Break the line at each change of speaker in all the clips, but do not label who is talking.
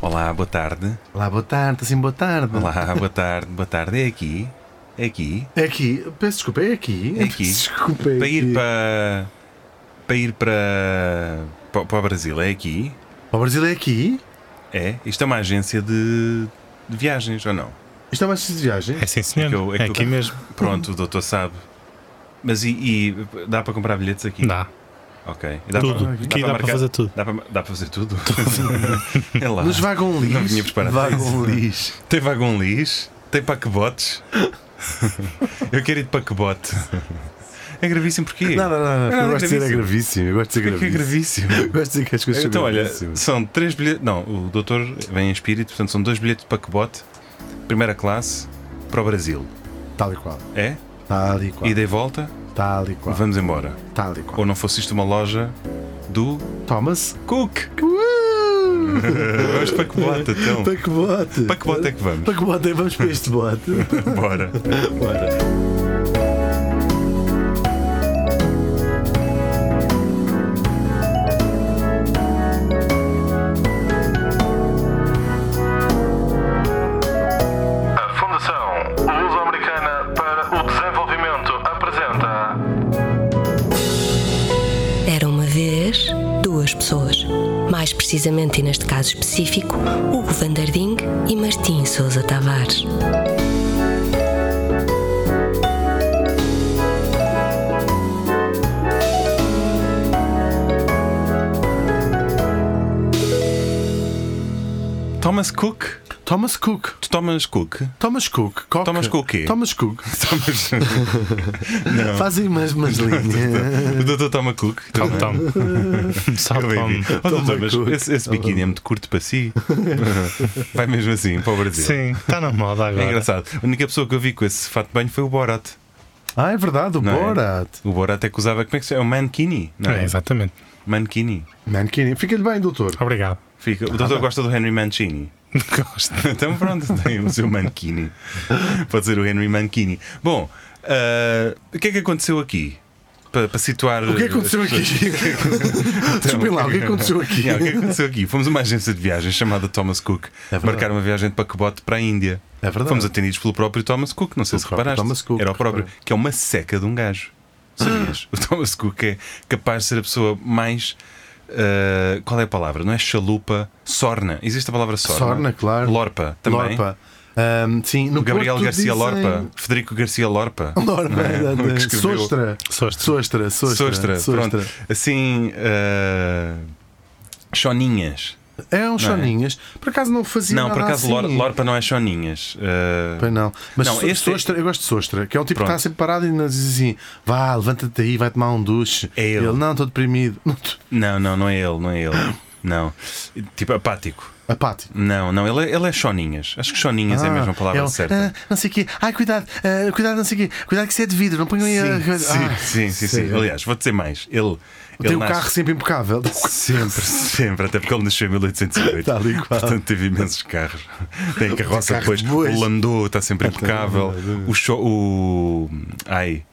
Olá, boa tarde.
Olá, boa tarde, sim, boa tarde.
Olá, boa tarde, boa tarde. É aqui. É aqui.
É aqui, peço desculpa, é aqui.
É aqui.
Peço desculpa, é
Para ir
aqui.
para. Para ir para. Para, para o Brasil, é aqui.
O Brasil é aqui?
É. Isto é uma agência de, de viagens, ou não?
Isto é uma agência de viagem?
É sim, senhor.
É que eu- é
é,
que eu-
aqui mesmo.
Pronto, o doutor sabe. Mas e, e dá para comprar bilhetes aqui?
Dá.
Ok. E Dá
tudo.
Para,
aqui dá, para
marcar-
fazer tudo.
Dá para, dá para fazer tudo? é lá.
Nos um vagão lis.
Não vinha preparado para
Vagão
isso.
lis.
Tem vagão lis? Tem paquebotes? Eu quero ir de paquebote. É gravíssimo porquê?
Não, não, não, não.
Não,
eu gosto de dizer é
Ah, gravíssimo.
gravíssimo. Eu gosto de dizer
Porquê que é
gravíssimo.
gravíssimo?
Eu gosto de dizer que as coisas
Então,
são
olha,
gravíssimas.
são três bilhetes. Não, o doutor vem em espírito, portanto, são dois bilhetes de paquebote, primeira classe, para o Brasil.
Tal e qual.
É?
Tal e qual.
Ida E dei volta,
Tal e qual.
vamos embora.
Tal e qual.
Ou não fosse isto uma loja do
Thomas.
Cook.
Uh!
Vamos para que bote, então.
Para que bote?
Para que bote é que vamos?
Para que bote? Vamos para este bote.
Bora.
Bora.
A Fundação Luso-Americana para o Desenvolvimento apresenta
Era uma vez duas pessoas. Mais precisamente, e neste caso específico, Hugo Vanderding e Martim Souza Tavares.
Thomas Cook.
Thomas Cook.
Tu Thomas Cook?
Thomas Cook. Coca.
Thomas Cook o quê?
Thomas Cook.
Thomas...
Fazem umas, umas linhas.
o doutor Thomas Cook.
Tom, Tom. Só
Eu bem vi.
Tom.
Oh, doutor,
Thomas
mas
Cook.
esse, esse biquíni é muito curto para si. Vai mesmo assim para o Brasil.
Sim, está na moda
É
agora.
engraçado. A única pessoa que eu vi com esse fato de banho foi o Borat.
Ah, é verdade, o
Não é?
Borat.
O Borat é que usava. Como é que se chama? É o Mankini. Não
É,
é?
exatamente.
Mankini.
Mankini. Fica-lhe bem, doutor.
Obrigado.
Fica. O
Ah,
doutor gosta do Henry Mancini.
Gosto.
Então pronto, tem o seu Mankini. Pode ser o Henry Mankini. Bom, ah, o que é que aconteceu aqui? Para, para situar.
O que é que aconteceu aqui? Desculpem lá, o que é que aconteceu aqui?
Não, o que é que aconteceu aqui? Fomos a uma agência de viagens chamada Thomas Cook
É verdade.
marcar uma viagem de pacote para a Índia.
É verdade.
Fomos atendidos pelo próprio Thomas Cook, não sei
Pelo
se
próprio
reparaste.
Thomas Cook,
Era o próprio,
reparei.
que é uma seca de um gajo. Sabias? o Thomas Cook é capaz de ser a pessoa mais. ah, qual é a palavra? Não é chalupa? Sorna. Existe a palavra sorna?
Sorna, claro.
Lorpa também.
Lorpa. Ahm, sim, no
O Gabriel
Porto
Garcia
dizem-
Lorpa. Federico Garcia Lorpa.
Lorpa,
O que
é?
escreveu-
Sostra.
Sostra.
Sostra,
Sostra,
Sostra. Sostra.
pronto. Assim. ah, choninhas.
É um choninhas. Por acaso não fazia
Não,
nada
por acaso
assim.
Lor- Lorpa não é choninhas. Ah,
Pois Não. Mas
Não,
so-
este é-
Sostra, eu gosto de Sostra, que é um tipo
Pronto.
que está sempre parado e nos diz assim: vá, levanta-te aí, vai tomar um duche.
É ele.
Ele, não, estou deprimido. Não, tu-
Não, não, não é ele, não é ele. Não. Tipo, apático.
Apático.
Não, não, ele é, ele é choninhas. Acho que choninhas é
Ah,
mesmo a mesma palavra
é um,
certa.
"Ah, não sei o quê. Ai, cuidado, ah, cuidado, não sei o quê. Cuidado que isso é de vidro, não ponham aí a
Sim,
coisa."
sim,
Ah,
sim, sim,
sei.
sim. Aliás, vou dizer mais. Ele,
Tem
ele
o
nasce
carro sempre impecável.
sempre, sempre, até porque ele nasceu em 1808.
Tal e qual.
Portanto, teve imensos carros. Tem carroça
Carro
depois.
de bois.
O Landau está sempre impecável. O show. O. Ai.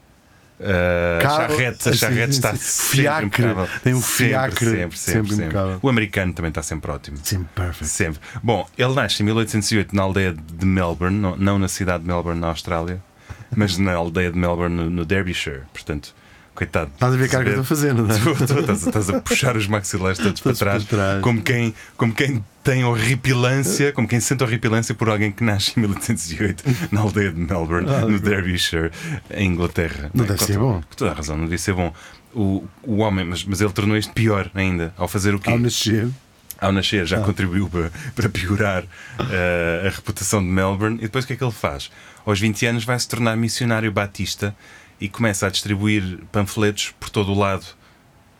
ah,
Carro-
charrete, a
Sim,
charrete
sim,
está
sim.
sempre
Fiacre.
impecável.
Tem um
Sempre,
fiacre
sempre, sempre,
sempre
sempre.
impecável.
O americano também está sempre ótimo.
Sempre perfect.
Sempre. Bom, ele nasce em 1808 na aldeia de Melbourne, não, não na cidade de Melbourne, na Austrália, mas na aldeia de Melbourne, no, no Derbyshire. Portanto, coitado.
Estás a ver a carga que eu estou fazendo, não é?
Tu- tu estás, a- estás a puxar os maxilares todos para
Todos para
trás,
trás.
Como, quem, como quem tem horripilância, como quem sente horripilância por alguém que nasce em 1808 na aldeia de Melbourne, no Derbyshire, em Inglaterra.
Ah, Não
é?
deve
Com
ser
toda-
bom.
Com toda a razão, não devia ser bom. O, o homem, mas, mas ele tornou isto pior ainda, ao fazer o quê?
Ao nascer.
ao nascer
Ah.
já contribuiu para, para piorar eh, a reputação de Melbourne. E depois o que é que ele faz? Aos 20 anos vai se tornar missionário batista e começa a distribuir panfletos por todo o lado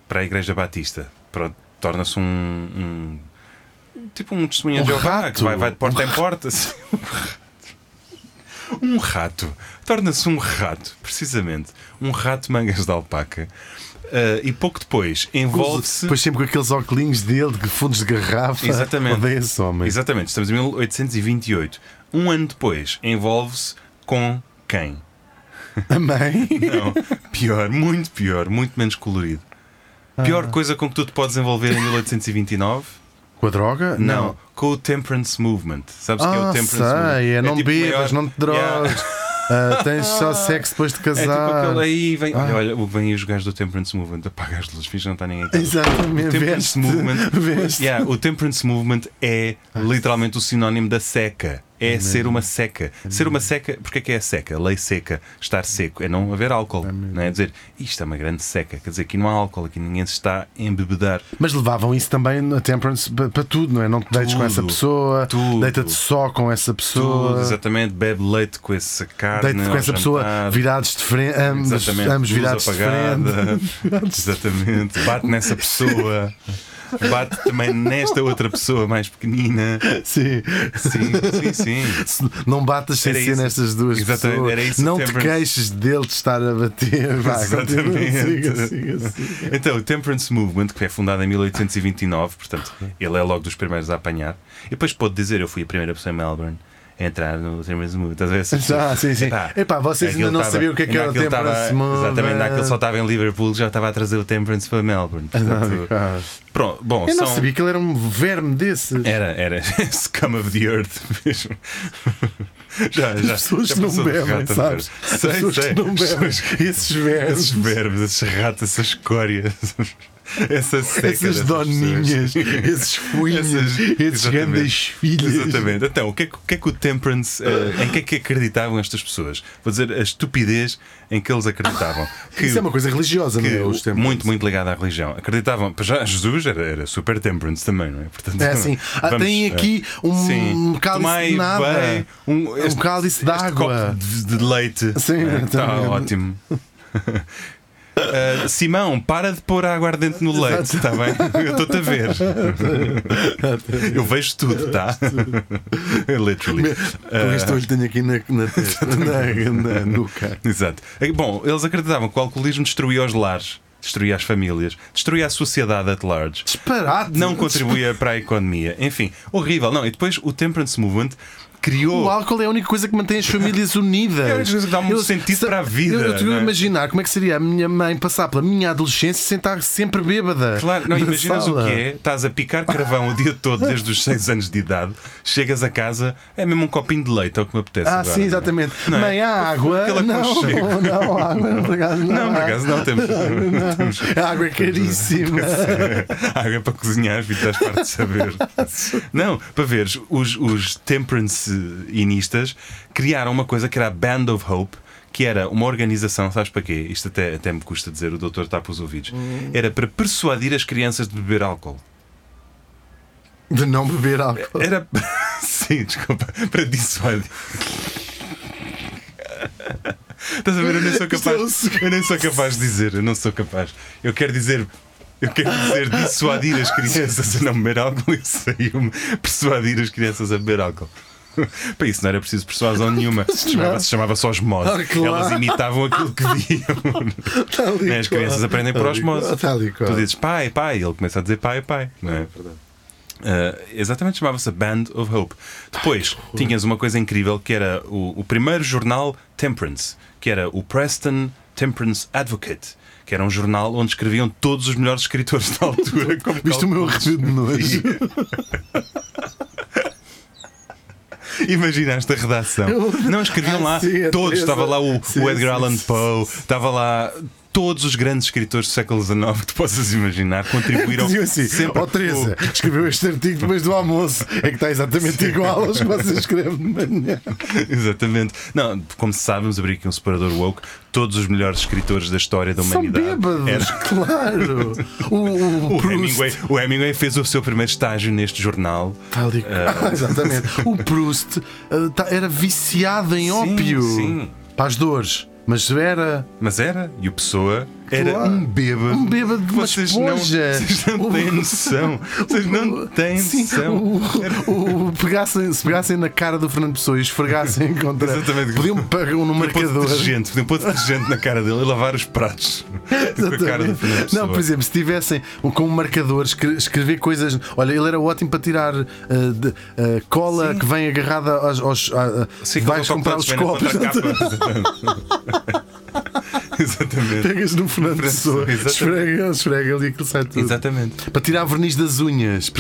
para a Igreja Batista. Pronto, torna-se um, um- Tipo um testemunha
Um
de Jeová
rato.
que vai, vai de porta em porta. assim. Um rato. Torna-se um rato, precisamente. Um rato mangas de alpaca. Eh, e pouco depois envolve-se.
Depois sempre com aqueles óculos dele, de fundos de garrafa.
Exatamente.
Odeia esse homem.
Exatamente, estamos em 1828. Um ano depois, envolve-se com quem?
A mãe.
Não, pior, muito
Ah.
pior, muito menos colorido. Pior coisa com que tu te podes envolver em 1829?
Com a droga?
Não, com o Temperance Movement. Sabes o que é o
Ah,
Temperance Movement?
sei, é não
tipo o maior-
bebas, não te
Yeah.
drogas. ah, tens só sexo depois de
É tipo
casar.
aquele aí, vem,
Ah.
olha, olha, o que vem aí os gajos do Temperance Movement, apaga as luzes, finge que não está ninguém aqui. O
Exatamente,
Temperance
veste.
Movement,
veste. Ah.
Yeah, o Temperance Movement é literalmente o sinónimo da seca. É ser uma seca. Ser uma seca, porque é que é a seca? Lei seca, estar seco, é não haver álcool. não é dizer isto é uma grande seca. Quer dizer, aqui não há álcool, aqui ninguém se está a embebedar.
Mas levavam isso também na Temperance pa- para tudo, não é? Não te deites com essa
Tudo,
pessoa,
tudo.
deita-te só com essa
Tudo,
pessoa,
exatamente, bebe leite com essa carne.
deita-te com
ao
essa pessoa,
jantar.
virados de frente, ambos,
Exatamente,
ambos
luz
virados de frente.
apagada. Exatamente. Bate nessa pessoa. Bate também nesta outra pessoa mais pequenina.
Sim.
Sim, sim, sim.
Se Não batas sem
Era
ser
isso.
nestas duas
Exatamente,
pessoas.
era isso o
não te
Temperance.
queixes dele te estar a bater. Vá, Ah, continua,
Exatamente.
siga, siga, siga.
Então, o Temperance Movement, que é fundado em 1829, portanto, ele é logo dos primeiros a apanhar. E depois pode dizer: Eu fui a primeira pessoa em Melbourne a entrar no Temperance Movement. Estás a ver essas
Já, Ah, sim, sim.
Epá,
Epá, vocês
aquilo
ainda não
tava-
sabiam o que é que
ainda
era o
aquilo tava-
Temperance Movement.
Exatamente, ainda aquele só estava em Liverpool já estava a trazer o Temperance para Melbourne. Portanto,
Ah,
pronto, bom,
Eu não
são-
sabia que ele era um verme desses.
Era, era. Scum of the Earth mesmo. É, Já,
As pessoas que não
passou de
bebem,
rata,
sabes?
mas-
As
Sei,
pessoas
sei.
que não
As
bebem.
pessoas-
Esses vermes.
Esses verbos, essas ratas, essas escórias, essa seca
Essas
dessas
doninhas,
pessoas.
esses fuinhas,
Essas-
esses
exatamente.
grandes filhos.
Exatamente. Então, o que é que, o que é que o Temperance. eh, em que é que acreditavam estas pessoas? Vou dizer a estupidez em que eles acreditavam. Que-
Isso é uma coisa religiosa, não
que
é? Os tempos.
muito, muito ligado à religião. Acreditavam, pois já Jesus era, era super temperance também, não é? Portanto,
É assim, ah,
vamos,
tem
eh,
aqui um
sim,
cálice
tomai
de nada.
bem um,
Um cálice de
este
água.
copo de, de leite.
Sim,
Está
exatamente.
ótimo. Ah, Simão, para de pôr a aguardente no leite, está bem? Eu estou-te a ver. Eu vejo tudo, tá? Literally.
Por isto eu lhe tenho aqui na, na testa, na, na nuca.
Exato. Eh, Bom, eles acreditavam que o alcoolismo destruía os lares, destruía as famílias, destruía a sociedade at large.
Disparado!
Não contribuía para a economia. Enfim, horrível. Não, e depois o Temperance Movement criou.
O álcool é a única coisa que mantém as famílias unidas.
É a única coisa que dá um sentido para a vida,
Eu, eu estou
não
a
é?
imaginar como é que seria a minha mãe passar pela minha adolescência sem estar sempre bêbada.
Claro, não
na
imaginas o
sala.
que é? Estás a picar carvão o dia todo, desde os 6 anos de idade, chegas a casa, é mesmo um copinho de leite, é o que me apetece.
Ah,
agora,
sim,
não é?
exatamente.
Não é?
Mãe, ah, há água.
Aquele
Não,
aconchego.
não, água, não, por acaso não.
Não, por acaso não temos. temos
A água é caríssima.
água para cozinhar, vi estás farto de saber. Não, para veres, os, os temperance-inistas criaram uma coisa que era a Band of Hope. Que era uma organização, sabes para quê? Isto até, até me custa dizer, o doutor tapa os ouvidos. Era para persuadir as crianças de beber álcool.
De não beber álcool.
Era. Sim, desculpa. Para dissuadir. Estás a ver? Eu nem
é
sou
um
capaz. Eu nem sou capaz de dizer. Eu não sou capaz. Eu quero dizer. Eu quero dizer dissuadir as crianças a não beber álcool e saiu-me persuadir as crianças a beber álcool. Para isso não era preciso persuasão nenhuma. Se chamava, se chamava só osmose.
Ah, claro.
Elas imitavam aquilo que viam.
Está Tá ali,
Né, As
claro.
crianças aprendem por
Está ali,
osmose.
claro. Está ali, claro.
Tu dizes pai, pai, e ele começa a dizer pai, pai. Não é? Ah, exatamente, chamava-se Band of Hope. Depois tinhas uma coisa incrível que era o, o primeiro jornal Temperance, que era o Preston Temperance Advocate, que era um jornal onde escreviam todos os melhores escritores da altura. como
Viste o meu arrepio de nojo.
Imagina esta redação. Não escreviam
Ah,
lá
sim, a
todos.
Teresa.
Estava lá o,
Sim,
o Edgar
sim,
Allan
sim,
Poe, estava lá todos os grandes escritores do século XIX que tu possas imaginar contribuíram
Diziam assim,
sempre.
ó Teresa, escreveu este artigo depois do almoço. É que está exatamente igual aos que você escreve de manhã.
Exatamente. Não, como se sabe, vamos abrir aqui um separador woke. Todos os melhores escritores da história da
São
humanidade.
bêbados,
Era-
claro. O,
O
o, Proust.
Hemingway, o Hemingway fez o seu primeiro estágio neste jornal.
Está ali.
Ah.
exatamente. O Proust ah, tá- era viciado em
Sim,
ópio.
sim.
Para as dores. Mas era
Mas era, e o Pessoa era
Claro.
um bêbado.
um bêbado de uma
Vocês não,
esponja.
vocês não têm noção. Vocês não têm
Sim,
noção.
o- o- o- pegassem, se pegassem na cara do Fernando Pessoa e esfregassem contra.
Exatamente.
Podiam pagar um no
Podia pôr
marcador.
detergente, podiam pôr detergente na cara dele e lavar os pratos com a cara do
Exatamente.
Fernando Pessoa.
Não, é. por exemplo, se tivessem um- com um marcador escre- escrever coisas. Olha, ele era ótimo para tirar ah, de- ah, cola que vem agarrada aos. aos- a- a-
Sim,
vais
com
comprar
autocolantes
os
bem na
copos.
contracapa. Exatamente.
Pegas no Fernando Pessoa,
Exatamente.
esfrega, esfrega ali aquilo sai tudo.
Exatamente.
Para tirar verniz das unhas, precisamente.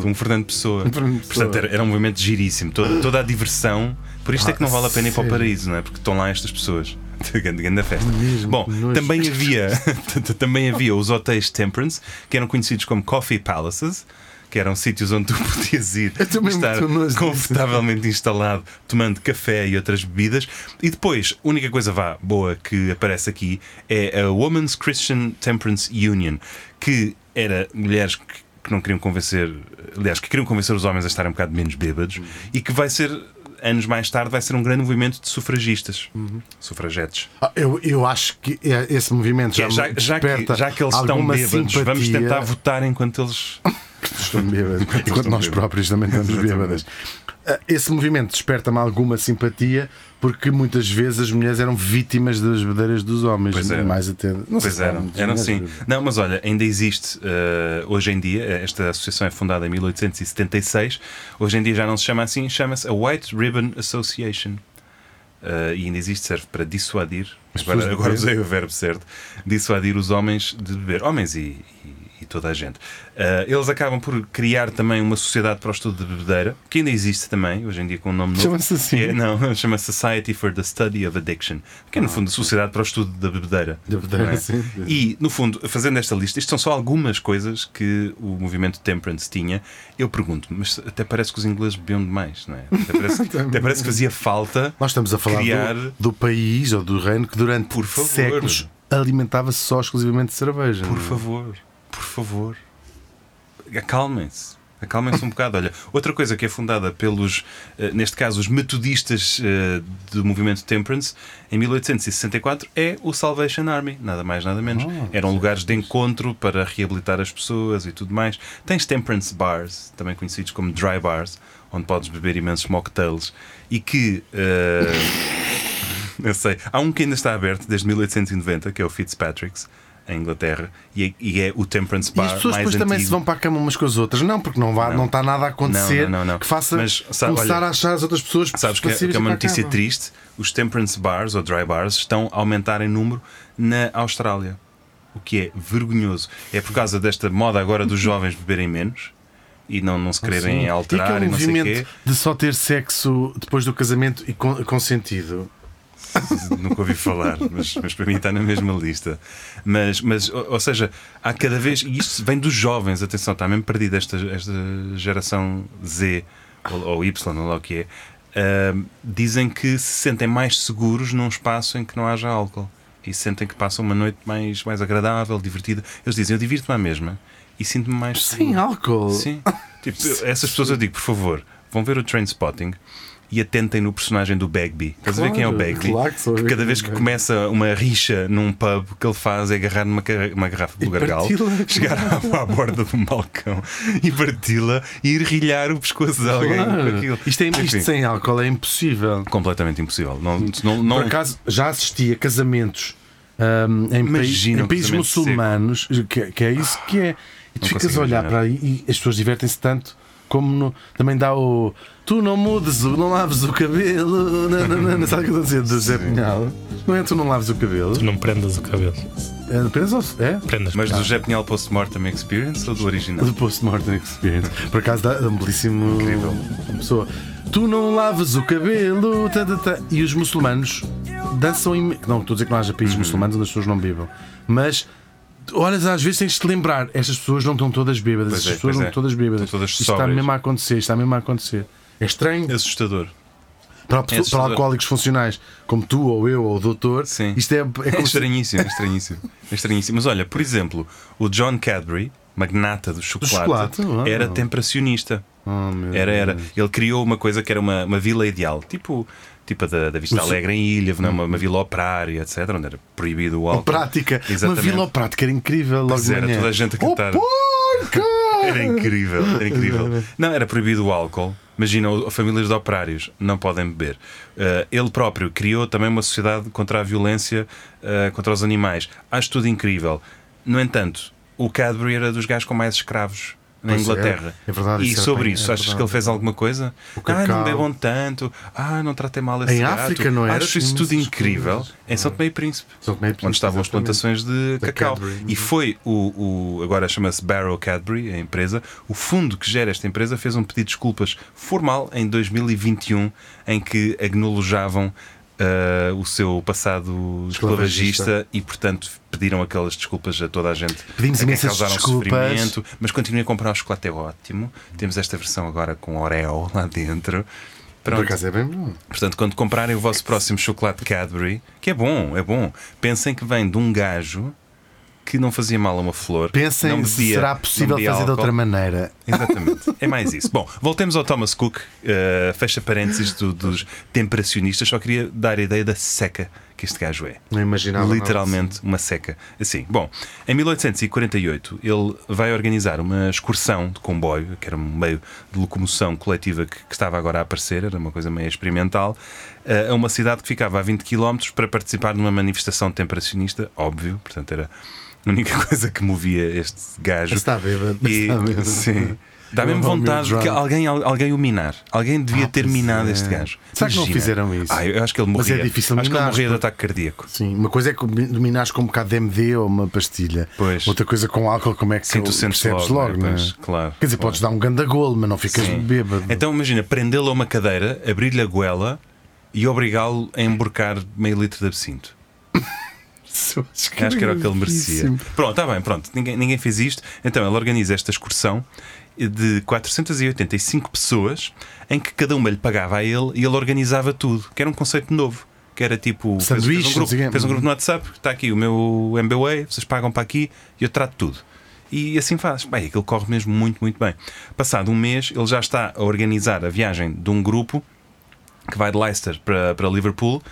Precisamente, um Fernando Pessoa.
Fernando Pessoa.
Portanto, era, era um movimento giríssimo. Toda, toda a diversão. Por isto é que não vale a pena ir para o
Ah, sério?
paraíso, não é? Porque estão lá estas pessoas. Grande, grande festa.
Mesmo,
Bom,
que nojo.
também havia, também havia os hotéis Temperance, que eram conhecidos como Coffee Palaces. Que eram sítios onde tu podias ir
Eu também
estar
estou nojo disso.
confortavelmente instalado, tomando café e outras bebidas. E depois, a única coisa vá boa que aparece aqui é a Women's Christian Temperance Union, que era mulheres que, que não queriam convencer, aliás, que queriam convencer os homens a estarem um bocado menos
Uhum.
bêbados e que vai ser. Anos mais tarde vai ser um grande movimento de sufragistas,
Uhum.
sufragetes.
Ah, Eu, eu acho que é- esse movimento já,
Já, já,
me
já que,
desperta
já que eles estão
alguma
bêbados, vamos
simpatia.
tentar votar enquanto eles.
Estão bêbados. Enquanto
estão
nós
bêbados.
próprios também estamos bêbadas. Ah, Esse movimento desperta-me alguma simpatia porque muitas vezes as mulheres eram vítimas das bebedeiras dos homens.
Pois é.
mais até. Não sei
Pois
se
eram,
muitas
eram sim.
mulheres.
Não, mas olha, ainda existe eh, hoje em dia, eh, esta associação é fundada em 1876, hoje em dia já não se chama assim, chama-se a White Ribbon Association. Eh, e ainda existe, serve para dissuadir,
pessoas
agora,
de
agora
beber.
usei o verbo certo, dissuadir os homens de beber, homens e, e- e toda a gente. Eh, eles acabam por criar também uma sociedade para o estudo de bebedeira, que ainda existe também, hoje em dia com um nome novo.
Chama-se assim?
É, não, chama Society for the Study of Addiction, que é
Ah,
no fundo a Sociedade para o Estudo da Bebedeira.
Da bebedeira,
não é?
sim.
E, no fundo, fazendo esta lista, isto são só algumas coisas que o movimento Temperance tinha. Eu pergunto-me, mas até parece que os ingleses bebiam demais, não é? Até parece, até parece que fazia falta.
Nós estamos a falar do-
criar.
do, país ou do reino que durante
Por favor.
séculos alimentava-se só exclusivamente de cerveja. é?
Por favor, por favor, acalmem-se. Acalmem-se um bocado. Olha, outra coisa que é fundada pelos, eh, neste caso, os metodistas eh, do movimento Temperance, em 1864, é o Salvation Army, nada mais, nada menos. Eram lugares de encontro para reabilitar as pessoas e tudo mais. Tens Temperance Bars, também conhecidos como Dry Bars, onde podes beber imensos mocktails e que. eh, Eu sei. Há um que ainda está aberto desde 1890, que é o Fitzpatrick's, em Inglaterra, e é, e é o Temperance
E
Bar
as pessoas
mais
depois também
antigo.
se vão para a cama umas com as outras. Não, porque não está não. está nada a acontecer
Não, não, não, não.
que faça
Mas, sabe,
começar
olha,
a achar as outras pessoas
Sabes que, é-
passíveis
que é uma
de ir para a
notícia
cama.
triste? Os Temperance Bars, ou Dry Bars, estão a aumentar em número na Austrália. O que é vergonhoso. É por causa desta moda agora dos jovens beberem menos e não, não se quererem
Ah, Sim.
alterar
e
e,
aquele
não sei o quê.
movimento de só ter sexo depois do casamento e con- consentido.
Nunca ouvi falar, mas, mas para mim está na mesma lista. Mas, mas ou, ou seja, há cada vez. E isto vem dos jovens, atenção, está mesmo perdida esta, esta geração Z ou, ou Y, ou lá o que é. ahm, dizem que se sentem mais seguros num espaço em que não haja álcool e sentem que passam uma noite mais, mais agradável, divertida. Eles dizem: Eu divirto-me à mesma e sinto-me mais seguro.
Sem álcool.
Sim. Tipo, eu- essas pessoas eu digo, por favor, vão ver o Trainspotting e atentem no personagem do Bagby. Estás a ver quem é o
Claro,
Bagby?
claro que sou a ver
cada
quem
vez
é o
que
Bagby.
começa uma rixa num pub, o que ele faz é agarrar numa ca- uma garrafa do gargal,
parti-la.
chegar à, à borda de um balcão e parti-la e ir rilhar o pescoço de alguém com aquilo.
Claro. Isto, é, isto
Enfim,
sem álcool é impossível.
completamente impossível. Não, não, não,
Por acaso, já assisti a casamentos hum, em, pai-
Imagina
em
um
países
casamento
muçulmanos, que, que é isso que é. E tu
Não
ficas
consigo
a olhar
imaginar.
para aí e as pessoas divertem-se tanto como no- também dá o. Tu não mudes, o- não laves o cabelo. Não, não, não, não sabe o que eu estou a dizer do Zé Pinhal? Não é tu não laves o cabelo?
Não prendas o cabelo.
É apenas ao- é?
Prendas.
mas do Jé Pinhal Post-Mortem Experience ou do original?
Do post-mortem experience. Por acaso dá dá um belíssimo.
Incrível.
uma pessoa. Tu não lavas o cabelo. tá, tá, tá. E os muçulmanos dançam. Im... Não, estou a dizer que não haja
Uhum.
países muçulmanos onde as pessoas não bebam. Mas. Olhas, às vezes tens de te lembrar, estas pessoas não estão todas bêbadas,
Pois é,
estas pessoas
pois
não
é.
estão todas bêbadas.
Estão todas
Isto está
sóbrias.
mesmo a acontecer, isto está mesmo a acontecer. É estranho
Assustador.
para, pessoa- para
assustador.
alcoólicos funcionais como tu ou eu ou o doutor.
Sim.
Isto é, é
É
como se-
estranhíssimo, é estranhíssimo, é estranhíssimo. Mas olha, por exemplo, o John Cadbury, magnata do chocolate,
chocolate, uau.
era temperacionista.
Oh, meu
Era, era.
Deus.
Ele criou uma coisa que era uma, uma vila ideal, tipo, tipo a da, da Vista Alegre em Ilha, não é? uma, uma vila operária, etc., onde era proibido o álcool.
Prática,
Exatamente.
uma vila prática era incrível. Logo
Pois
de
era,
manhã.
toda a gente a
Oh,
cantar.
porca!
Era incrível, era
É
incrível. Não, era proibido o álcool. Imagina, o- famílias de operários não podem beber. Eh, ele próprio criou também uma sociedade contra a violência eh, contra os animais. Acho tudo incrível. No entanto, o Cadbury era dos gajos com mais escravos na
Pois é,
Inglaterra.
é verdade,
E
isso é
sobre
bem-
isso,
é
achas que
verdade.
ele fez alguma coisa? Ah,
cacau.
não bebam tanto. Ah, não tratem mal esse
Em
gato.
África, não é?
Acho isso tudo
Essas
incrível.
coisas.
Em São Tomé e Príncipe.
São Tomé e Príncipe,
Onde estavam as
é exatamente.
plantações de
Da
cacau.
Cadbury. é?
E foi o, o- agora chama-se Barrow Cadbury, a empresa. O fundo que gera esta empresa fez um pedido de desculpas formal em 2021, em que agnologiavam ah, o seu passado
Esclavagista.
esclavagista e, portanto, pediram aquelas desculpas a toda a gente.
Pedimos
a quem
imensas
causaram
desculpas.
sofrimento, mas continuem a comprar o chocolate, é ótimo. Temos esta versão agora com Oreo lá dentro.
Por
Pronto.
acaso é bem bom.
Portanto, quando comprarem o vosso próximo chocolate Cadbury, que é bom, é bom, pensem que vem de um gajo que não fazia mal a uma flor. não
Pensem se
bebia-
será
não
possível
bebia
fazer de
álcool.
outra maneira.
Exatamente, é mais isso. Bom, voltemos ao Thomas Cook, eh, fecha parênteses do- dos temperacionistas, só queria dar a ideia da seca que este gajo é.
Não imaginava.
Literalmente uma seca. Assim, bom, em 1848 ele vai organizar uma excursão de comboio, que era um meio de locomoção coletiva que, que estava agora a aparecer, era uma coisa meio experimental, eh, a uma cidade que ficava a 20 km para participar numa manifestação temperacionista, óbvio, portanto era a única coisa que movia este gajo.
Está bêbado,
E-
está bêbado.
Sim. Dá
Eu
mesmo
vou ao meu
vontade de que
drunk.
alguém, alguém o minar. Alguém devia
Ah,
ter
pois
minado
é.
este gajo.
Será que não
Imagina.
fizeram isso?
Ah, eu acho que ele
Mas é
morria.
difícil
acho que ele
minar,
morria de
porque-
ataque cardíaco.
Sim, uma coisa é que dominares com um bocado de MD ou uma pastilha.
Pois.
Outra coisa com álcool, como é que
Sim, tu
eu-
sentes
percebes
logo,
logo,
não é?
não é?
Pois, claro,
Quer dizer,
claro.
podes dar um gandagolo, mas não ficas
Sim.
bêbado.
Então imagina, prendê-lo a uma cadeira, abrir-lhe a goela e obrigá-lo a emborcar meio litro de absinto. Acho que é era o que ele merecia. Pronto, está bem, pronto. Ninguém, ninguém fez isto. Então ele organiza esta excursão de 485 pessoas em que cada uma lhe pagava a ele e ele organizava tudo, que era um conceito novo. Que era tipo. fez-
Sanduíche,
fez, um
não sei
grupo,
quê.
fez um grupo no WhatsApp, está aqui o meu MBWay, vocês pagam para aqui e eu trato tudo. E assim faz. Bem, aquilo corre mesmo muito, muito bem. Passado um mês, ele já está a organizar a viagem de um grupo que vai de Leicester para, para Liverpool,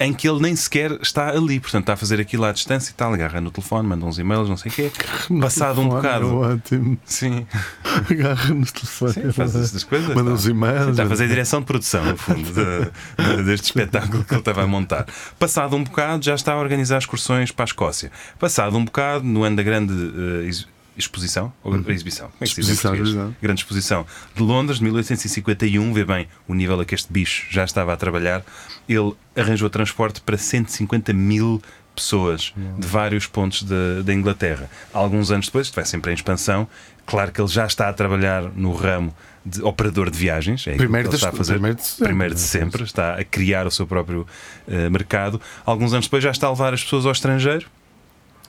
em que ele nem sequer está ali. Portanto, está a fazer aquilo à distância e tal, agarra no telefone, manda uns e-mails, não sei o quê. Passado um bocado.
é Ótimo.
Sim,
Agarra no telefone.
sim, faz essas coisas.
Manda
tá.
uns e-mails. eh,
Está a fazer a direção de produção, no fundo, de- de- deste espetáculo que ele estava a montar. Passado um bocado, já está a organizar excursões para a Escócia. Passado um bocado, no ano da grande eh, ex- exposição, ou exibição, como é que se diz em
Uhum. Exposição,
português?
exposição.
Grande exposição de Londres, de 1851, vê bem o nível a que este bicho já estava a trabalhar, ele arranjou transporte para 150 mil pessoas de vários pontos da- da Inglaterra. Alguns anos depois, isto vai sempre em expansão, claro que ele já está a trabalhar no ramo de operador de viagens, é aquilo que
Primeiro
ele
das-
está a fazer.
primeiro de sempre,
Primeiro de sempre, está a criar o seu próprio eh, mercado. Alguns anos depois já está a levar as pessoas ao estrangeiro.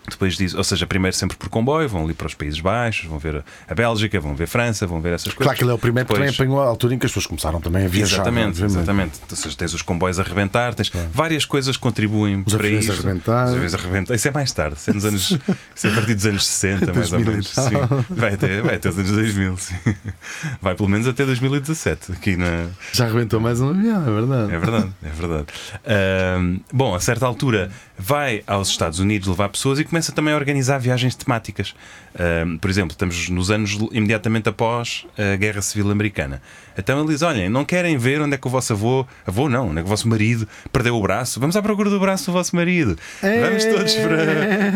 Depois diz, ou seja, primeiro sempre por comboio, vão ali para os Países Baixos, vão ver a- a Bélgica, vão ver a França, vão ver essas coisas.
Claro que ele é o primeiro que também
Depois-
apanhou a altura em que as pessoas começaram também a viajar.
Exatamente,
obviamente.
exatamente. Ou seja, tens os comboios a arrebentar, tens várias coisas que contribuem para
aviões
isso.
a arrebentar.
Os aviões a arrebentar. Isso é mais tarde, isso é, nos anos, isso é a partir dos anos 60, mais ou
2000 e
menos.
tal.
Sim. Vai, até, vai até os anos 2000, sim. Vai pelo menos até 2017, aqui na,
Já arrebentou mais um avião, é verdade.
é verdade, é verdade. Ahm, bom, a certa altura vai aos Estados Unidos levar pessoas e começa também a organizar viagens temáticas. Ahm, por exemplo, estamos nos anos imediatamente após a Guerra Civil Americana. Então ele diz: olhem, não querem ver onde é que o vosso avô, avô não, onde é que o vosso marido perdeu o braço? Vamos à procura do braço do vosso marido. Vamos
É.
todos para,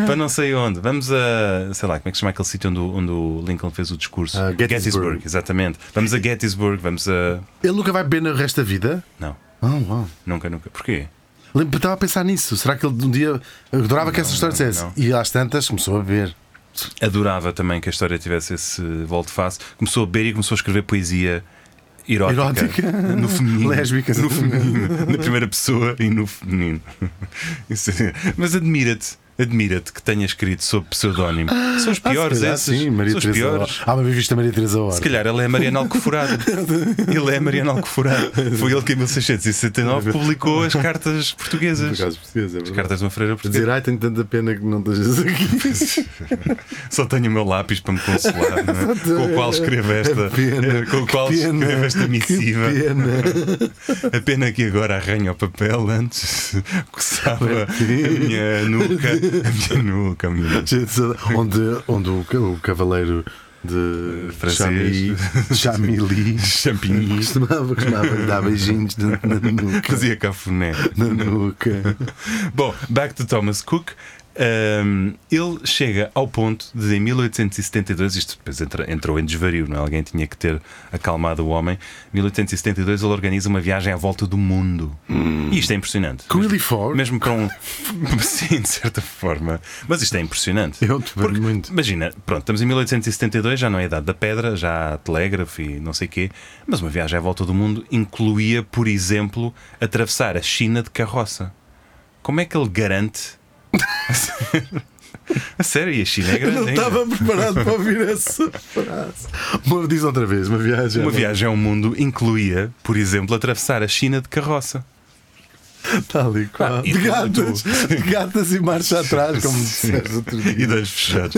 para não sei onde. Vamos a, sei lá, como é que se chama aquele sítio onde, o- onde o Lincoln fez o discurso?
Ah, Gettysburg.
exatamente. Vamos a Gettysburg, vamos a.
Ele nunca vai beber no resto da vida?
Não,
Não, não.
nunca, nunca. Porquê?
Lembro- Estava a pensar nisso. Será que ele um dia. Eu adorava que essa história
não,
dissesse.
não.
E às tantas começou a ver.
adorava também que a história tivesse esse volto face. Começou a beber e começou a escrever poesia erótica,
Erótica.
no feminino,
Lésbica.
no feminino, na primeira pessoa e no feminino. Isso é- Mas admira-te. Admira-te que tenha escrito sob pseudónimo. São os piores
Ah, se calhar
esses.
Sim, Maria
São os
Teresa
piores.
Hora. Ah, mas viste a Maria Teresa Hora.
Se calhar ele é Mariana Alcoforado. ele é Mariana Alcoforado. Foi ele que em 1669 publicou as cartas portuguesas.
precisa, é
As cartas de uma freira portuguesa.
Dizer, ai, tenho tanta pena que não estejas aqui.
Só tenho o meu lápis para me consolar, não é? com o qual escrevo esta,
É
é
Pena,
com o qual
que pena,
escrevo esta missiva.
Que pena.
A pena que agora arranha o papel antes coçava a minha nuca, a minha nuca, a minha nuca.
Gente, saudade. onde, onde o, ca- o cavaleiro de
Francês.
Chamili
Champigny.
costumava, costumava lhe dar beijinhos na, na nuca.
Fazia cafuné.
Na nuca.
Bom, back to Thomas Cook. Ahm, ele chega ao ponto de, em 1872, isto depois entra- entrou em desvario, não é? alguém tinha que ter acalmado o homem. Em 1872, ele organiza uma viagem à volta do mundo. E isto é impressionante.
Com Willy Ford?
Mesmo para um. Sim, de certa forma. Mas isto é impressionante.
Eu te
Porque,
muito.
Imagina, pronto, estamos em 1872, já não é a idade da pedra, já há telégrafo e não sei quê, mas uma viagem à volta do mundo incluía, por exemplo, atravessar a China de carroça. Como é que ele garante? a sério, e a China é grande.
Não
ainda.
estava preparado para ouvir essa frase. Uma- Diz outra vez, uma viagem.
Uma viagem ao mundo incluía, por exemplo, atravessar a China de carroça.
Tal e qual.
Ah, e
de
tudo.
gatas. De gatas e marcha atrás, como disseste outro dia.
E dois fechados.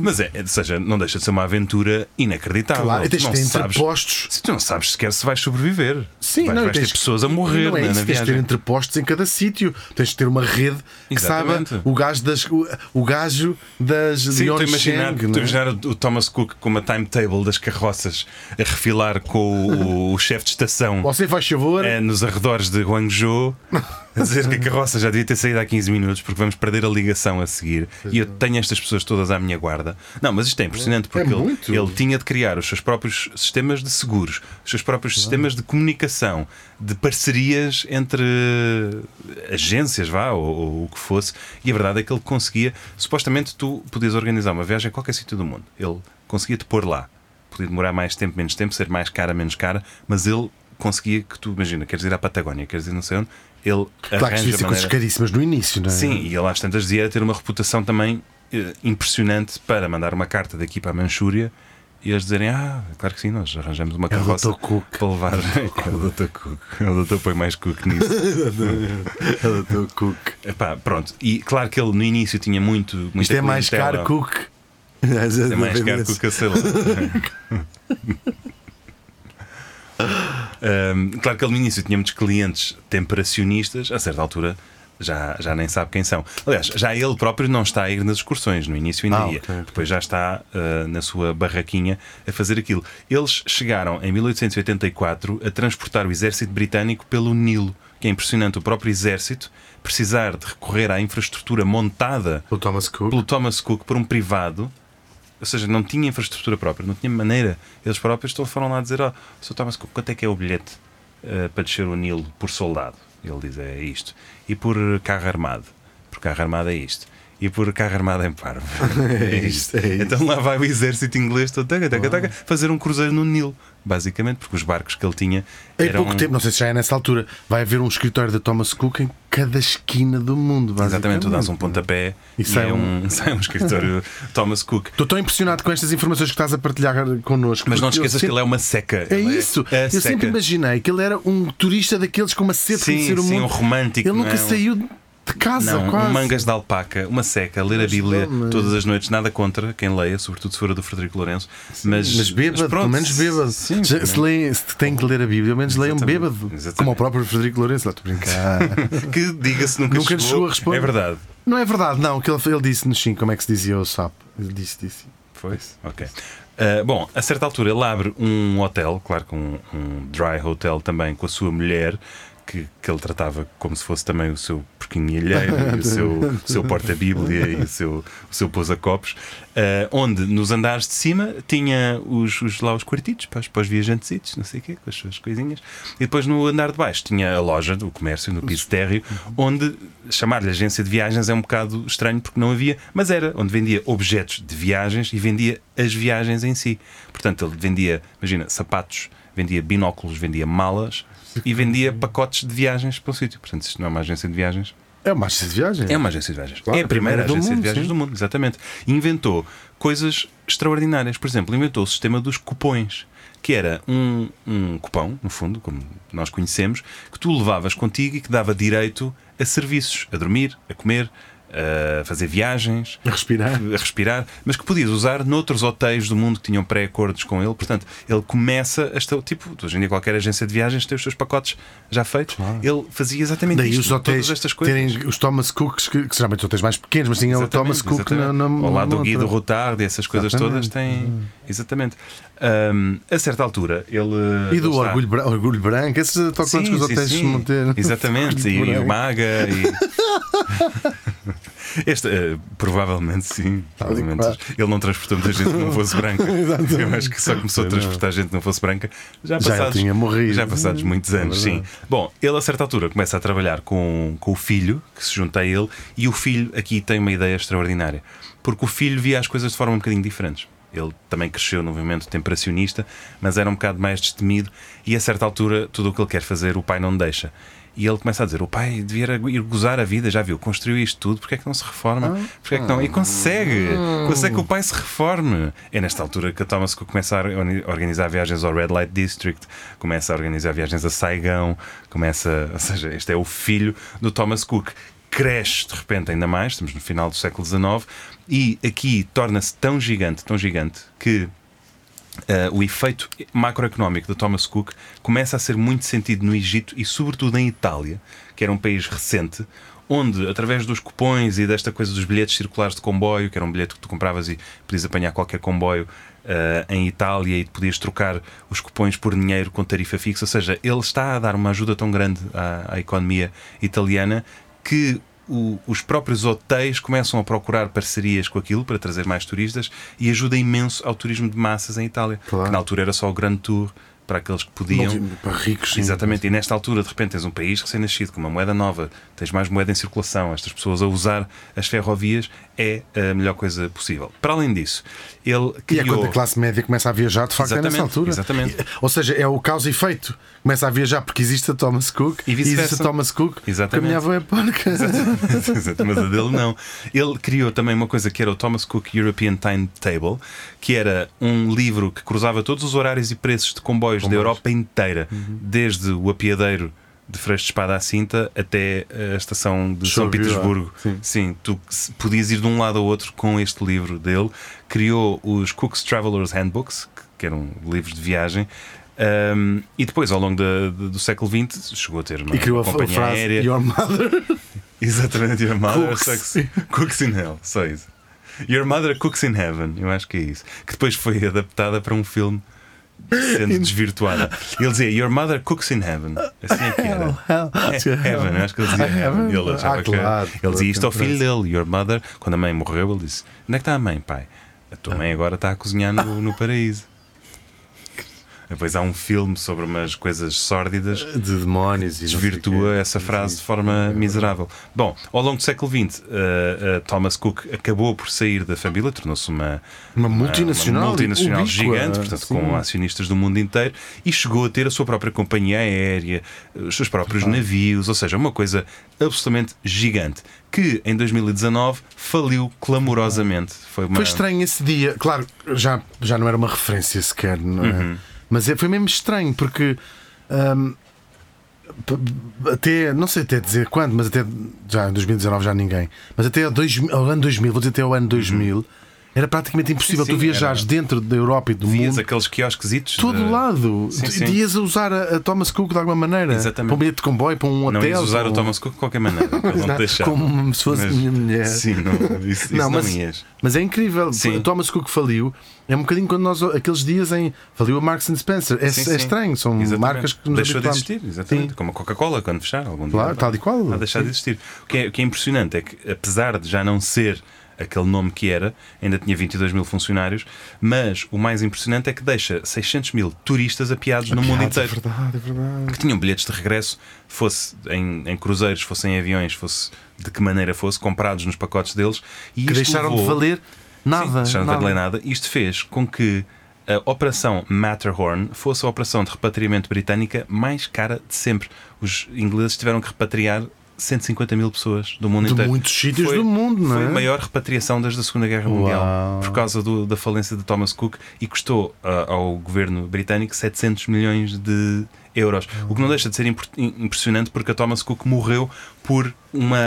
Mas é, ou seja, não deixa de ser uma aventura inacreditável.
Claro, e tens
não
que ter
sabes-
entrepostos.
Se tu não sabes sequer se vais sobreviver. vais,
e
vais ter
tens-
pessoas a morrer
não é
né,
isso,
na
tens de ter
viagem.
entrepostos em cada sítio. Tens de ter uma rede que saiba
Exatamente.
o gajo das, o, o gajo das
Sim,
de
estou a
Onsheng,
imaginar, estou
não
a
é?
imaginar o o Thomas Cook com uma timetable das carroças a refilar com o, o chefe de estação
Você faz favor.
eh, nos arredores de Guangzhou a dizer que a carroça já devia ter saído há 15 minutos porque vamos perder a ligação a seguir e
é.
eu tenho estas pessoas todas à minha guarda. Não, mas isto é impressionante porque ele,
muito.
ele tinha de criar os seus próprios sistemas de seguros, os seus próprios sistemas de comunicação, de parcerias entre agências, vá, ou, ou o que fosse, e a verdade é que ele conseguia, supostamente tu podias organizar uma viagem a qualquer sítio do mundo, ele conseguia-te pôr lá, podia demorar mais tempo, menos tempo, ser mais cara, menos cara, mas ele conseguia que tu, imagina, queres ir à Patagónia, queres ir não sei onde, ele
Claro que é
arranja
devia ser coisas
maneira...
caríssimas no início, não é?
Sim, e ele às tantas dizia ter uma reputação também eh, impressionante para mandar uma carta daqui para a Manchúria e eles dizerem: Ah, claro que sim, nós arranjamos uma
É o
carroça
Dr. Cook.
para levar. É o Dr. Cook. É o Dr. Põe mais Cook nisso.
Ela do Cook.
Epá, pronto. E claro que ele no início tinha muito. muita
Isto é mais
clientela.
caro Cook.
então, É mais caro que o Cacela. Hum, claro que ele no início tinha muitos clientes temperacionistas, a certa altura já, já nem sabe quem são. Aliás, já ele próprio não está a ir nas excursões, no início ainda
Ah,
ia.
ok, ok.
Depois já está ah, na sua barraquinha a fazer aquilo. Eles chegaram em 1884 a transportar o exército britânico pelo Nilo, que é impressionante o próprio exército precisar de recorrer à infraestrutura montada
O Thomas Cook.
pelo Thomas Cook por um privado, ou seja, não tinha infraestrutura própria, não tinha maneira. Eles próprios então foram lá dizer: Ó, Sr. Thomas Cook, quanto é que é o bilhete eh, para descer o Nilo por soldado? Ele diz: É isto. E por carro armado? Por carro armado é isto. E por carro armado em parvo.
É isto, é isto.
Então lá vai o exército inglês todo, taca, taca, taca, fazer um cruzeiro no Nilo, basicamente, porque os barcos que ele tinha
Em
eram.
pouco tempo, não sei se já é nessa altura, vai haver um escritório da Thomas Cook em cada esquina do mundo.
Exatamente, tu dás um
basicamente. é?
pontapé
E
e,
sai
é um, sai um escritório Thomas Cook.
Estou tão impressionado com estas informações que estás a partilhar connosco.
Mas não te
porque eu
esqueças que
sempre-
ele é uma seca.
É
Ele
isso.
a
eu
seca.
sempre imaginei que ele era um turista daqueles com uma sede de
Sim,
conhecer o
sim,
mundo.
um romântico,
Ele nunca
não é? Um-
saiu de casa,
Não,
quase.
um mangas de alpaca, uma seca, ler a Bíblia todas as noites, nada contra quem leia, sobretudo se for a do Frederico Lourenço. Mas,
Mas bêbado, pelo menos bêbado.
Sim,
Se, se, leem- se tem que ler a Bíblia, ao menos leiam
Exatamente,
bêbado.
exatamente.
Como o próprio Frederico Lourenço, lá estou a brincar.
que diga-se nunca,
Nunca lhe chegou a responder.
É verdade.
não é verdade, não, que ele, ele disse nos 5, como é que se dizia o sapo. Ele disse, disse.
Foi? Ok. Ah, bom, a certa altura ele abre um hotel, claro que um, um dry hotel também, com a sua mulher, que, que ele tratava como se fosse também o seu porquinho alheiro, e o seu, o seu porta-bíblia e o seu, o seu pousa-copos, ah, onde nos andares de cima tinha os, os- lá os quartitos para, os- para os viajantesitos, não sei o quê, com as suas coisinhas, e depois no andar de baixo tinha a loja do comércio, no piso térreo, onde chamar-lhe agência de viagens é um bocado estranho porque não havia, mas era onde vendia objetos de viagens e vendia as viagens em si. Portanto, ele vendia, imagina, sapatos, vendia binóculos, vendia malas e vendia pacotes de viagens para o sítio. Portanto, isto não é uma agência de viagens,
É uma agência de viagem.
é uma agência de viagens.
Claro,
é a primeira,
a primeira do
agência de
mundo,
viagens
sim.
do mundo, exatamente. E Inventou coisas extraordinárias. Por exemplo, inventou o sistema dos cupões, que era um, um cupão, no fundo, como nós conhecemos, que tu levavas contigo e que dava direito a serviços, a dormir, a comer, a fazer viagens
A respirar.
a respirar, mas que podias usar noutros hotéis do mundo que tinham pré-acordos com ele. Portanto, ele começa a estar, tipo, hoje em dia qualquer agência de viagens tem os seus pacotes já feitos. Ele fazia exatamente
Daí
isto,
os hotéis
todas estas coisas.
terem os Thomas Cooks, que, que geralmente são hotéis mais pequenos, mas tinha o
Exatamente,
Thomas Cook na,
exatamente.
na
Ao lado do
montra.
Guido Rotardi, essas coisas todas têm. Exatamente. Hum, a certa altura, ele.
E
ele
do
está-
orgulho, Bran- orgulho Branco, esses autocolantes que os hotéis se manter.
Exatamente, e, e o Maga e. Este, eh, provavelmente sim. Provavelmente.
claro.
Ele não transportou muita gente que não fosse branca. Eu acho que só começou a transportar gente que não fosse branca. Já,
Já ele
passados,
tinha morrido. É
Já passados muitos anos, sim.
verdade.
Bom, ele a certa altura começa a trabalhar com, com o filho, que se junta a ele, e o filho aqui tem uma ideia extraordinária. Porque o filho via as coisas de forma um bocadinho diferentes. Ele também cresceu no movimento temperacionista, mas era um bocado mais destemido, e a certa altura tudo o que ele quer fazer, o pai não deixa. E ele começa a dizer: O pai devia era ir gozar a vida, já viu? Construiu isto tudo, porque é que não se reforma? Porque é que não? E consegue! Consegue que o pai se reforme! É nesta altura que a Thomas Cook começa a orni- organizar viagens ao Red Light District, começa a organizar viagens a Saigão, começa. Ou seja, este é o filho do Thomas Cook. Cresce de repente ainda mais, estamos no final do século XIX, e aqui torna-se tão gigante, tão gigante, que eh, o efeito macroeconómico de Thomas Cook começa a ser muito sentido no Egito e, sobretudo, em Itália, que era um país recente, onde, através dos cupões e desta coisa dos bilhetes circulares de comboio, que era um bilhete que tu compravas e podias apanhar qualquer comboio eh, em Itália e podias trocar os cupões por dinheiro com tarifa fixa, ou seja, ele está a dar uma ajuda tão grande à, à economia italiana que o- os próprios hotéis começam a procurar parcerias com aquilo para trazer mais turistas e ajuda imenso ao turismo de massas em Itália,
Claro.
que na altura era só o grande tour para aqueles que
Não,
podiam.
Para ricos, sim.
um- Exatamente, e nesta altura de repente tens um país recém-nascido com uma moeda nova, tens mais moeda em circulação, estas pessoas a usar as ferrovias é a melhor coisa possível. Para além disso, ele
E é
criou.
quando a classe média começa a viajar, de facto, é nessa
Exatamente,
altura.
exatamente.
E- Ou seja, é o causa e efeito. Começa a viajar porque existe a Thomas Cook
E vice-versa.
existe a Thomas Cook.
Exatamente.
Caminhava é porca.
Exato, mas a dele não. Ele criou também uma coisa que era o Thomas Cook European Timetable, que era um livro que cruzava todos os horários e preços de comboios, da Europa inteira,
Uhum.
desde o apiadeiro de Freixo de Espada à Cinta até a estação de São
Chauvier,
Petersburgo.
sim.
Sim, tu se- podias ir de um lado ao outro com este livro dele. Criou os Cook's Travelers Handbooks, que- que eram livros de viagem. ahm, e depois, ao longo da- do, do século XX, chegou a ter uma,
E criou a,
companhia
a frase
aérea.
Your mother.
Exatamente, Your Mother
Cooks.
Cooks. cooks in Hell, só isso. Your Mother Cooks in Heaven, eu acho que é isso. Que depois foi adaptada para um filme sendo desvirtuada. Ele dizia Your Mother Cooks in Heaven. Assim é que era. É, heaven, eu acho que ele dizia Heaven. Ele,
Ah,
achava que era-
claro,
ele
claro,
dizia isto ao
tem
filho dele, Your Mother. Quando a mãe morreu, ele disse: Onde é que está a mãe, pai? A tua mãe agora está a cozinhar no, no paraíso. Depois há um filme sobre umas coisas sórdidas
De demónios e não sei o quê. É
desvirtua essa frase de forma miserável. Bom, ao longo do século XX, eh, eh, Thomas Cook acabou por sair da família, tornou-se uma,
Uma multinacional,
uma multinacional
ubíqua,
gigante, portanto,
sim.
com acionistas do mundo inteiro, e chegou a ter a sua própria companhia aérea, os seus próprios navios, ou seja, uma coisa absolutamente gigante, que em 2019 faliu clamorosamente. Foi uma
Foi estranho esse dia. Claro, já, já não era uma referência sequer, não é?
Uhum.
Mas é, foi mesmo estranho, porque. hum, p- p- até, não sei até dizer quando, mas até. Já em 2019 já ninguém. Mas até ao, dois, ao ano 2000, vou dizer até ao ano 2000, era praticamente impossível
Uhum. Sim, sim,
tu viajares
era-
dentro da Europa e do
Vias
mundo.
aqueles quiosquesitos.
Todo
de-
lado.
Sim,
Tu-
sim.
Ias a usar a, a Thomas Cook de alguma maneira.
Exatamente.
Para um bilhete de comboio, para um
Não
hotel.
ias usar
para
o
um-
Thomas Cook de qualquer maneira. ele não te deixava.
Como se fosse
Mas-
minha mulher.
Sim, não, isso, isso não,
mas,
ias.
mas é incrível.
Sim.
O Thomas Cook faliu. É um bocadinho quando nós, aqueles dias em. Faliu a Marks and Spencer. É,
Sim,
é
sim.
estranho. São
Exatamente.
marcas que nos
Deixou de
habituamos.
existir, exatamente.
Sim.
Como a Coca-Cola, quando fechar, algum
Claro,
dia.
tal e qual.
Vai deixar de existir. O que, é, o que é impressionante é que, apesar de já não ser aquele nome que era, ainda tinha 22 mil funcionários, mas o mais impressionante é que deixa 600 mil turistas apiados no mundo
Ah, é
inteiro
verdade, é verdade.
que tinham bilhetes de regresso, fosse em, em cruzeiros, fosse em aviões, fosse de que maneira fosse, comprados nos pacotes deles e isto
Que deixaram de
levou-
valer
Sim,
nada.
deixaram de
nada.
valer nada. Isto fez com que a Operação Matterhorn fosse a operação de repatriamento britânica mais cara de sempre. Os ingleses tiveram que repatriar 150 mil pessoas do mundo
De
inteiro.
muitos sítios do mundo, não
Foi
é?
a maior repatriação desde a Segunda Guerra Mundial
Uau.
por causa do- da falência de Thomas Cook e custou ah, ao governo britânico 700 milhões de euros. O que não deixa de ser impor- impressionante porque a Thomas Cook morreu por uma,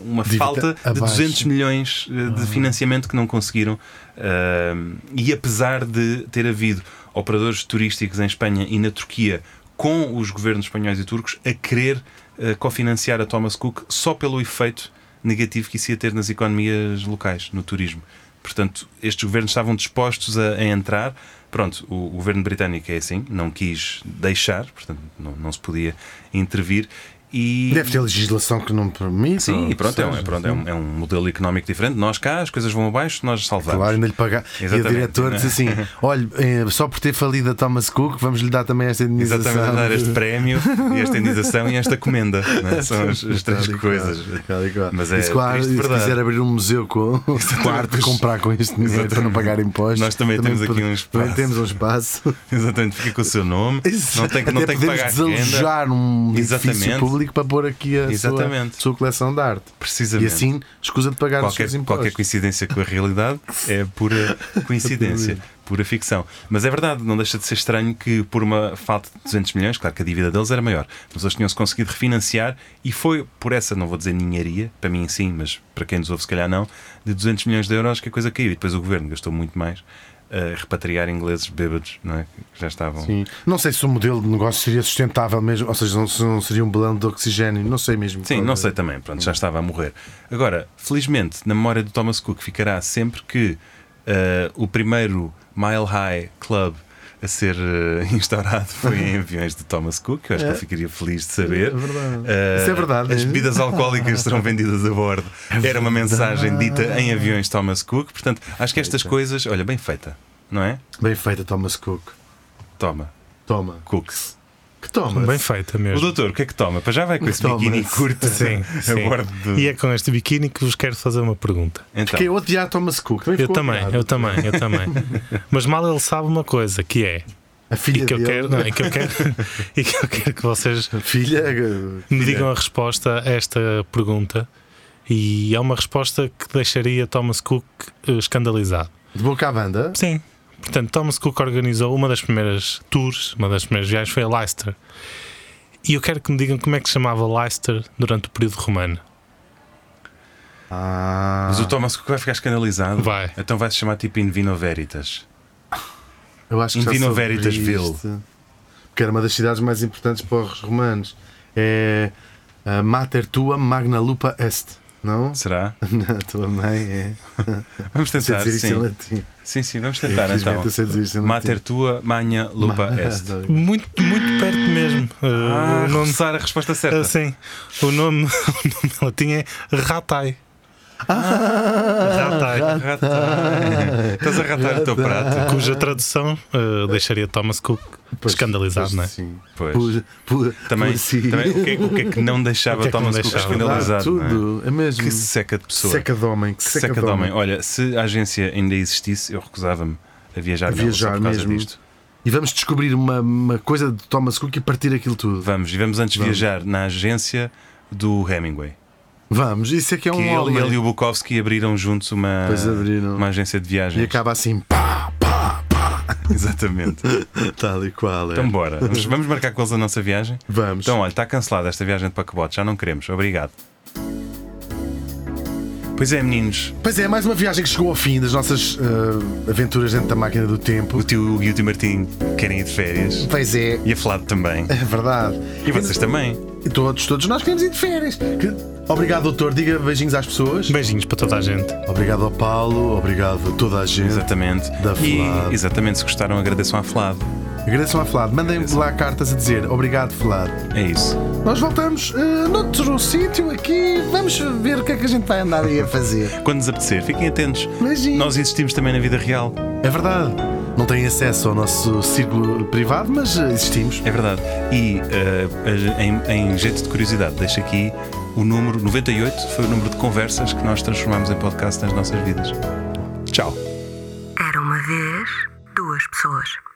uma
Dívida
falta de
abaixo. Uhum.
200 milhões eh, de financiamento que não conseguiram. Ahm, e apesar de ter havido operadores turísticos em Espanha e na Turquia com os governos espanhóis e turcos a querer eh, cofinanciar a Thomas Cook só pelo efeito negativo que isso ia ter nas economias locais, no turismo. Portanto, estes governos estavam dispostos a, a entrar. Pronto, o, o governo britânico é assim, não quis deixar, portanto, não, não se podia intervir. E E,
Deve ter legislação que não permite.
Sim,
ou
e pronto, é um,
seja,
é pronto, é um- é um modelo económico diferente. Nós cá, as coisas vão abaixo, nós salvamos.
Claro, ainda lhe pagar. e
Exatamente,
o diretor
né?
diz assim: olha, eh, só por ter falido a Thomas Cook, vamos lhe dar também esta indenização.
Exatamente, dar este prémio, e esta indenização e esta comenda. né? São as, as três
Tal e qual,
coisas.
tal e qual.
Mas
E
é
se, qua-
triste,
se
verdade.
quiser abrir um museu com com a arte, comprar com este dinheiro para não
Exatamente.
pagar impostos.
Nós também temos aqui
pode-
um espaço.
Também temos um espaço.
Exatamente, fica com o seu nome. Não tem, que- não
Até
tem que
podemos
pagar renda.
desalojar um edifício
Exatamente.
público para pôr aqui a sua,
Exatamente.
sua coleção de arte. E
Precisamente.
assim escusa de pagar os
qualquer,
seus impostos.
qualquer coincidência com a realidade é pura coincidência, pura ficção. Mas é verdade, não deixa de ser estranho que, por uma falta de 200 milhões, claro que a dívida deles era maior, mas eles tinham-se conseguido refinanciar e foi por essa, não vou dizer ninharia, para mim sim, mas para quem nos ouve se calhar não, de 200 milhões de euros que a coisa caiu. E depois o governo gastou muito mais a repatriar ingleses bêbados, não é? Que já estavam.
Sim. Não sei se o modelo de negócio seria sustentável mesmo, ou seja, não, se não seria um balão de oxigênio, não sei mesmo.
Sim,
qual
não
é.
sei também, pronto, já estava a morrer. Agora, felizmente, na memória do Thomas Cook ficará sempre que eh, o primeiro Mile High Club a ser eh, instaurado foi em aviões de Thomas Cook, eu acho que ele ficaria feliz de saber.
É verdade.
Eh,
Isso é verdade.
As bebidas alcoólicas serão vendidas a bordo. Era uma mensagem dita em aviões Thomas Cook, portanto, acho que estas coisas, olha, bem feita, não é?
Bem feita, Thomas Cook.
Toma,
Toma.
Cooks.
Que Thomas?
Bem feita
O
mesmo.
doutor, o que é que toma? Para já vai com esse
Thomas.
biquíni curto
Sim,
a
sim.
bordo do...
E é com este biquíni que vos quero fazer uma pergunta.
Então,
Fiquei a odiar Thomas Cook. Também
Eu
ficou
também,
odiado.
eu também, eu também. Mas mal ele sabe uma coisa, que é.
A filha
E que eu
dele-
quero, não, e que eu quero, e que eu quero que vocês
A filha.
me digam a resposta a esta pergunta. E é uma resposta que deixaria Thomas Cook eh, escandalizado.
De boca à banda.
Sim. Portanto, Thomas Cook organizou uma das primeiras tours, uma das primeiras viagens foi a Leicester. E eu quero que me digam como é que se chamava Leicester durante o período romano.
Ah.
Mas o Thomas Cook vai ficar escandalizado.
Vai.
Então vai se chamar tipo In Vino Veritas.
Eu acho que já
Invino
soube
Veritasville.
isto. Porque era uma das cidades mais importantes para os romanos. É. a Mater tua magna lupa est. Não?
Será?
Na tua mãe é.
Vamos
Sei
tentar.
dizer isto em
Tá, Sim.
latim.
sim, sim, vamos tentar então.
Infelizmente, eu sei dizer isto em latim. Ah,
Mater tua, manha, lupa est.
Muito, muito perto mesmo.
Ah,
Eh, o nome,
começar a resposta certa.
eh,
é
sim. o nome, o nome latim é Ratai. Ah, Ratai.
Ratar. Estás a ratar o teu prato.
Cuja tradução eh, deixaria Thomas Cook
Pois,
escandalizado,
pois,
não é?
Sim.
né? Pois.
Por, por,
Também,
por si.
também o, que é, o que é que não
O
deixava
que é que
Thomas
não
Cook
deixava?
Verdade,
escandalizado? não é?
tudo. É mesmo.
Que seca de pessoa.
seca de homem. Que
Que
seca, de homem.
Olha, se a agência ainda existisse, eu recusava-me a viajar,
A
nela só
viajar
por causa
mesmo.
disto.
E vamos descobrir uma, uma coisa de Thomas Cook e partir aquilo tudo.
Vamos, e vamos antes viajar na agência do Hemingway.
Vamos, isso é que é um
que ele,
homem.
ele e o Bukowski abriram juntos uma,
Pois abriram.
uma agência de
E
viagens.
acaba assim, pá, pá, pá.
Exatamente.
Tal e qual é.
Então, bora. Vamos, vamos marcar com eles a nossa viagem?
Vamos.
Então, olha, está cancelada esta viagem de pacobote, já não queremos. Obrigado. Pois é, meninos,
Pois é, mais uma viagem que chegou ao fim das nossas eh, aventuras dentro da máquina do tempo.
o tio Hugo e o tio Martim querem ir de férias.
Pois é,
E a Flávio também.
é verdade.
E vocês também.
E todos, todos nós queremos ir de férias. Que- Obrigado, doutor. Diga beijinhos às pessoas.
Beijinhos para toda a gente.
Obrigado ao Paulo, obrigado a toda a gente.
Exatamente.
Da Flávio.
e, exatamente, se gostaram, agradeçam à Flávio.
Agradeçam à Flávio. Mandem lá cartas a dizer obrigado, Flávio.
É isso.
Nós voltamos eh, noutro sítio aqui. Vamos ver o que é que a gente vai andar aí a fazer.
Quando nos apetecer, fiquem atentos.
Beijinhos.
Nós existimos também na vida real.
É verdade. Não têm acesso ao nosso círculo privado, mas eh, existimos.
É verdade. E eh, em, em jeito de curiosidade, deixo aqui o número 98, foi o número de conversas que nós transformamos em podcast nas nossas vidas. Tchau.
Era uma vez duas pessoas.